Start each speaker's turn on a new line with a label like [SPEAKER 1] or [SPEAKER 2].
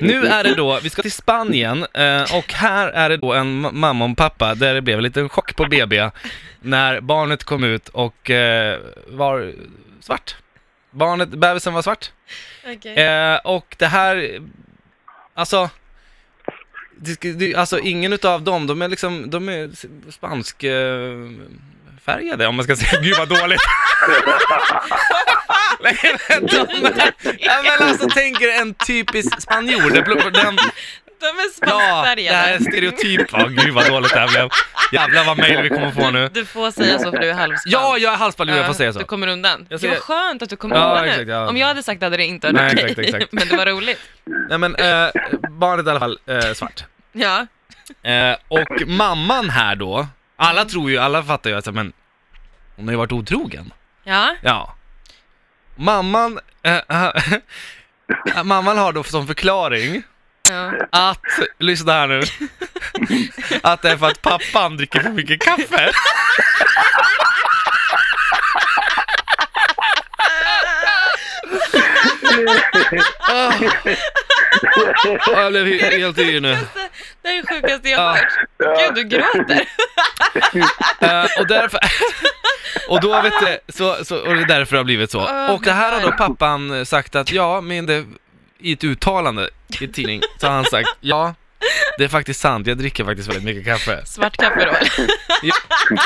[SPEAKER 1] Nu är det då, vi ska till Spanien eh, och här är det då en ma- mamma och en pappa där det blev en liten chock på BB när barnet kom ut och eh, var svart. Barnet, bebisen var svart.
[SPEAKER 2] Okej.
[SPEAKER 1] Eh, och det här, alltså, det, ska- det, alltså ingen utav dem, de är liksom, de är spansk eh, färgade om man ska säga, gud vad dåligt. Nej men de är, ja, men alltså tänker en typisk spanjor, det, blir- den,
[SPEAKER 2] De är
[SPEAKER 1] ja det här
[SPEAKER 2] spanskfärgade.
[SPEAKER 1] är stereotyp, ja gud vad dåligt det här blev. Jävlar vad mejl vi kommer få nu.
[SPEAKER 2] Du får säga så för du är halvspansk.
[SPEAKER 1] Ja, jag är halsbalur, jag får
[SPEAKER 2] Ja,
[SPEAKER 1] säga så.
[SPEAKER 2] Du kommer undan.
[SPEAKER 1] Jag
[SPEAKER 2] Det var
[SPEAKER 1] säger-
[SPEAKER 2] skönt att du kom
[SPEAKER 1] Ja,
[SPEAKER 2] undan nu.
[SPEAKER 1] exakt, ja.
[SPEAKER 2] Om jag hade sagt det hade det inte varit
[SPEAKER 1] Nej,
[SPEAKER 2] okej.
[SPEAKER 1] exakt, exakt.
[SPEAKER 2] Men det var roligt.
[SPEAKER 1] Nej men eh, barnet i alla fall, eh, svart.
[SPEAKER 2] Ja.
[SPEAKER 1] Eh, och mamman här då, alla tror ju, alla fattar ju att så här, men hon har ju varit otrogen.
[SPEAKER 2] Ja.
[SPEAKER 1] Ja. Mamman, eh, eh, mamman har då som förklaring
[SPEAKER 2] ja.
[SPEAKER 1] att, lyssna här nu, att det är för att pappan dricker för mycket kaffe. Ah. Ah, jag blev he- helt yr nu.
[SPEAKER 2] Alltså, Det är det sjukaste jag
[SPEAKER 1] Ja.
[SPEAKER 2] hört. Gud, du gråter.
[SPEAKER 1] Eh, och därför... Och då vet du, så, så, och det är därför det har blivit så.
[SPEAKER 2] Åh,
[SPEAKER 1] och det här har då
[SPEAKER 2] nej.
[SPEAKER 1] pappan sagt att ja, men det, i ett uttalande i en tidning så har han sagt ja, det är faktiskt sant, jag dricker faktiskt väldigt mycket kaffe.
[SPEAKER 2] Svart kaffe då.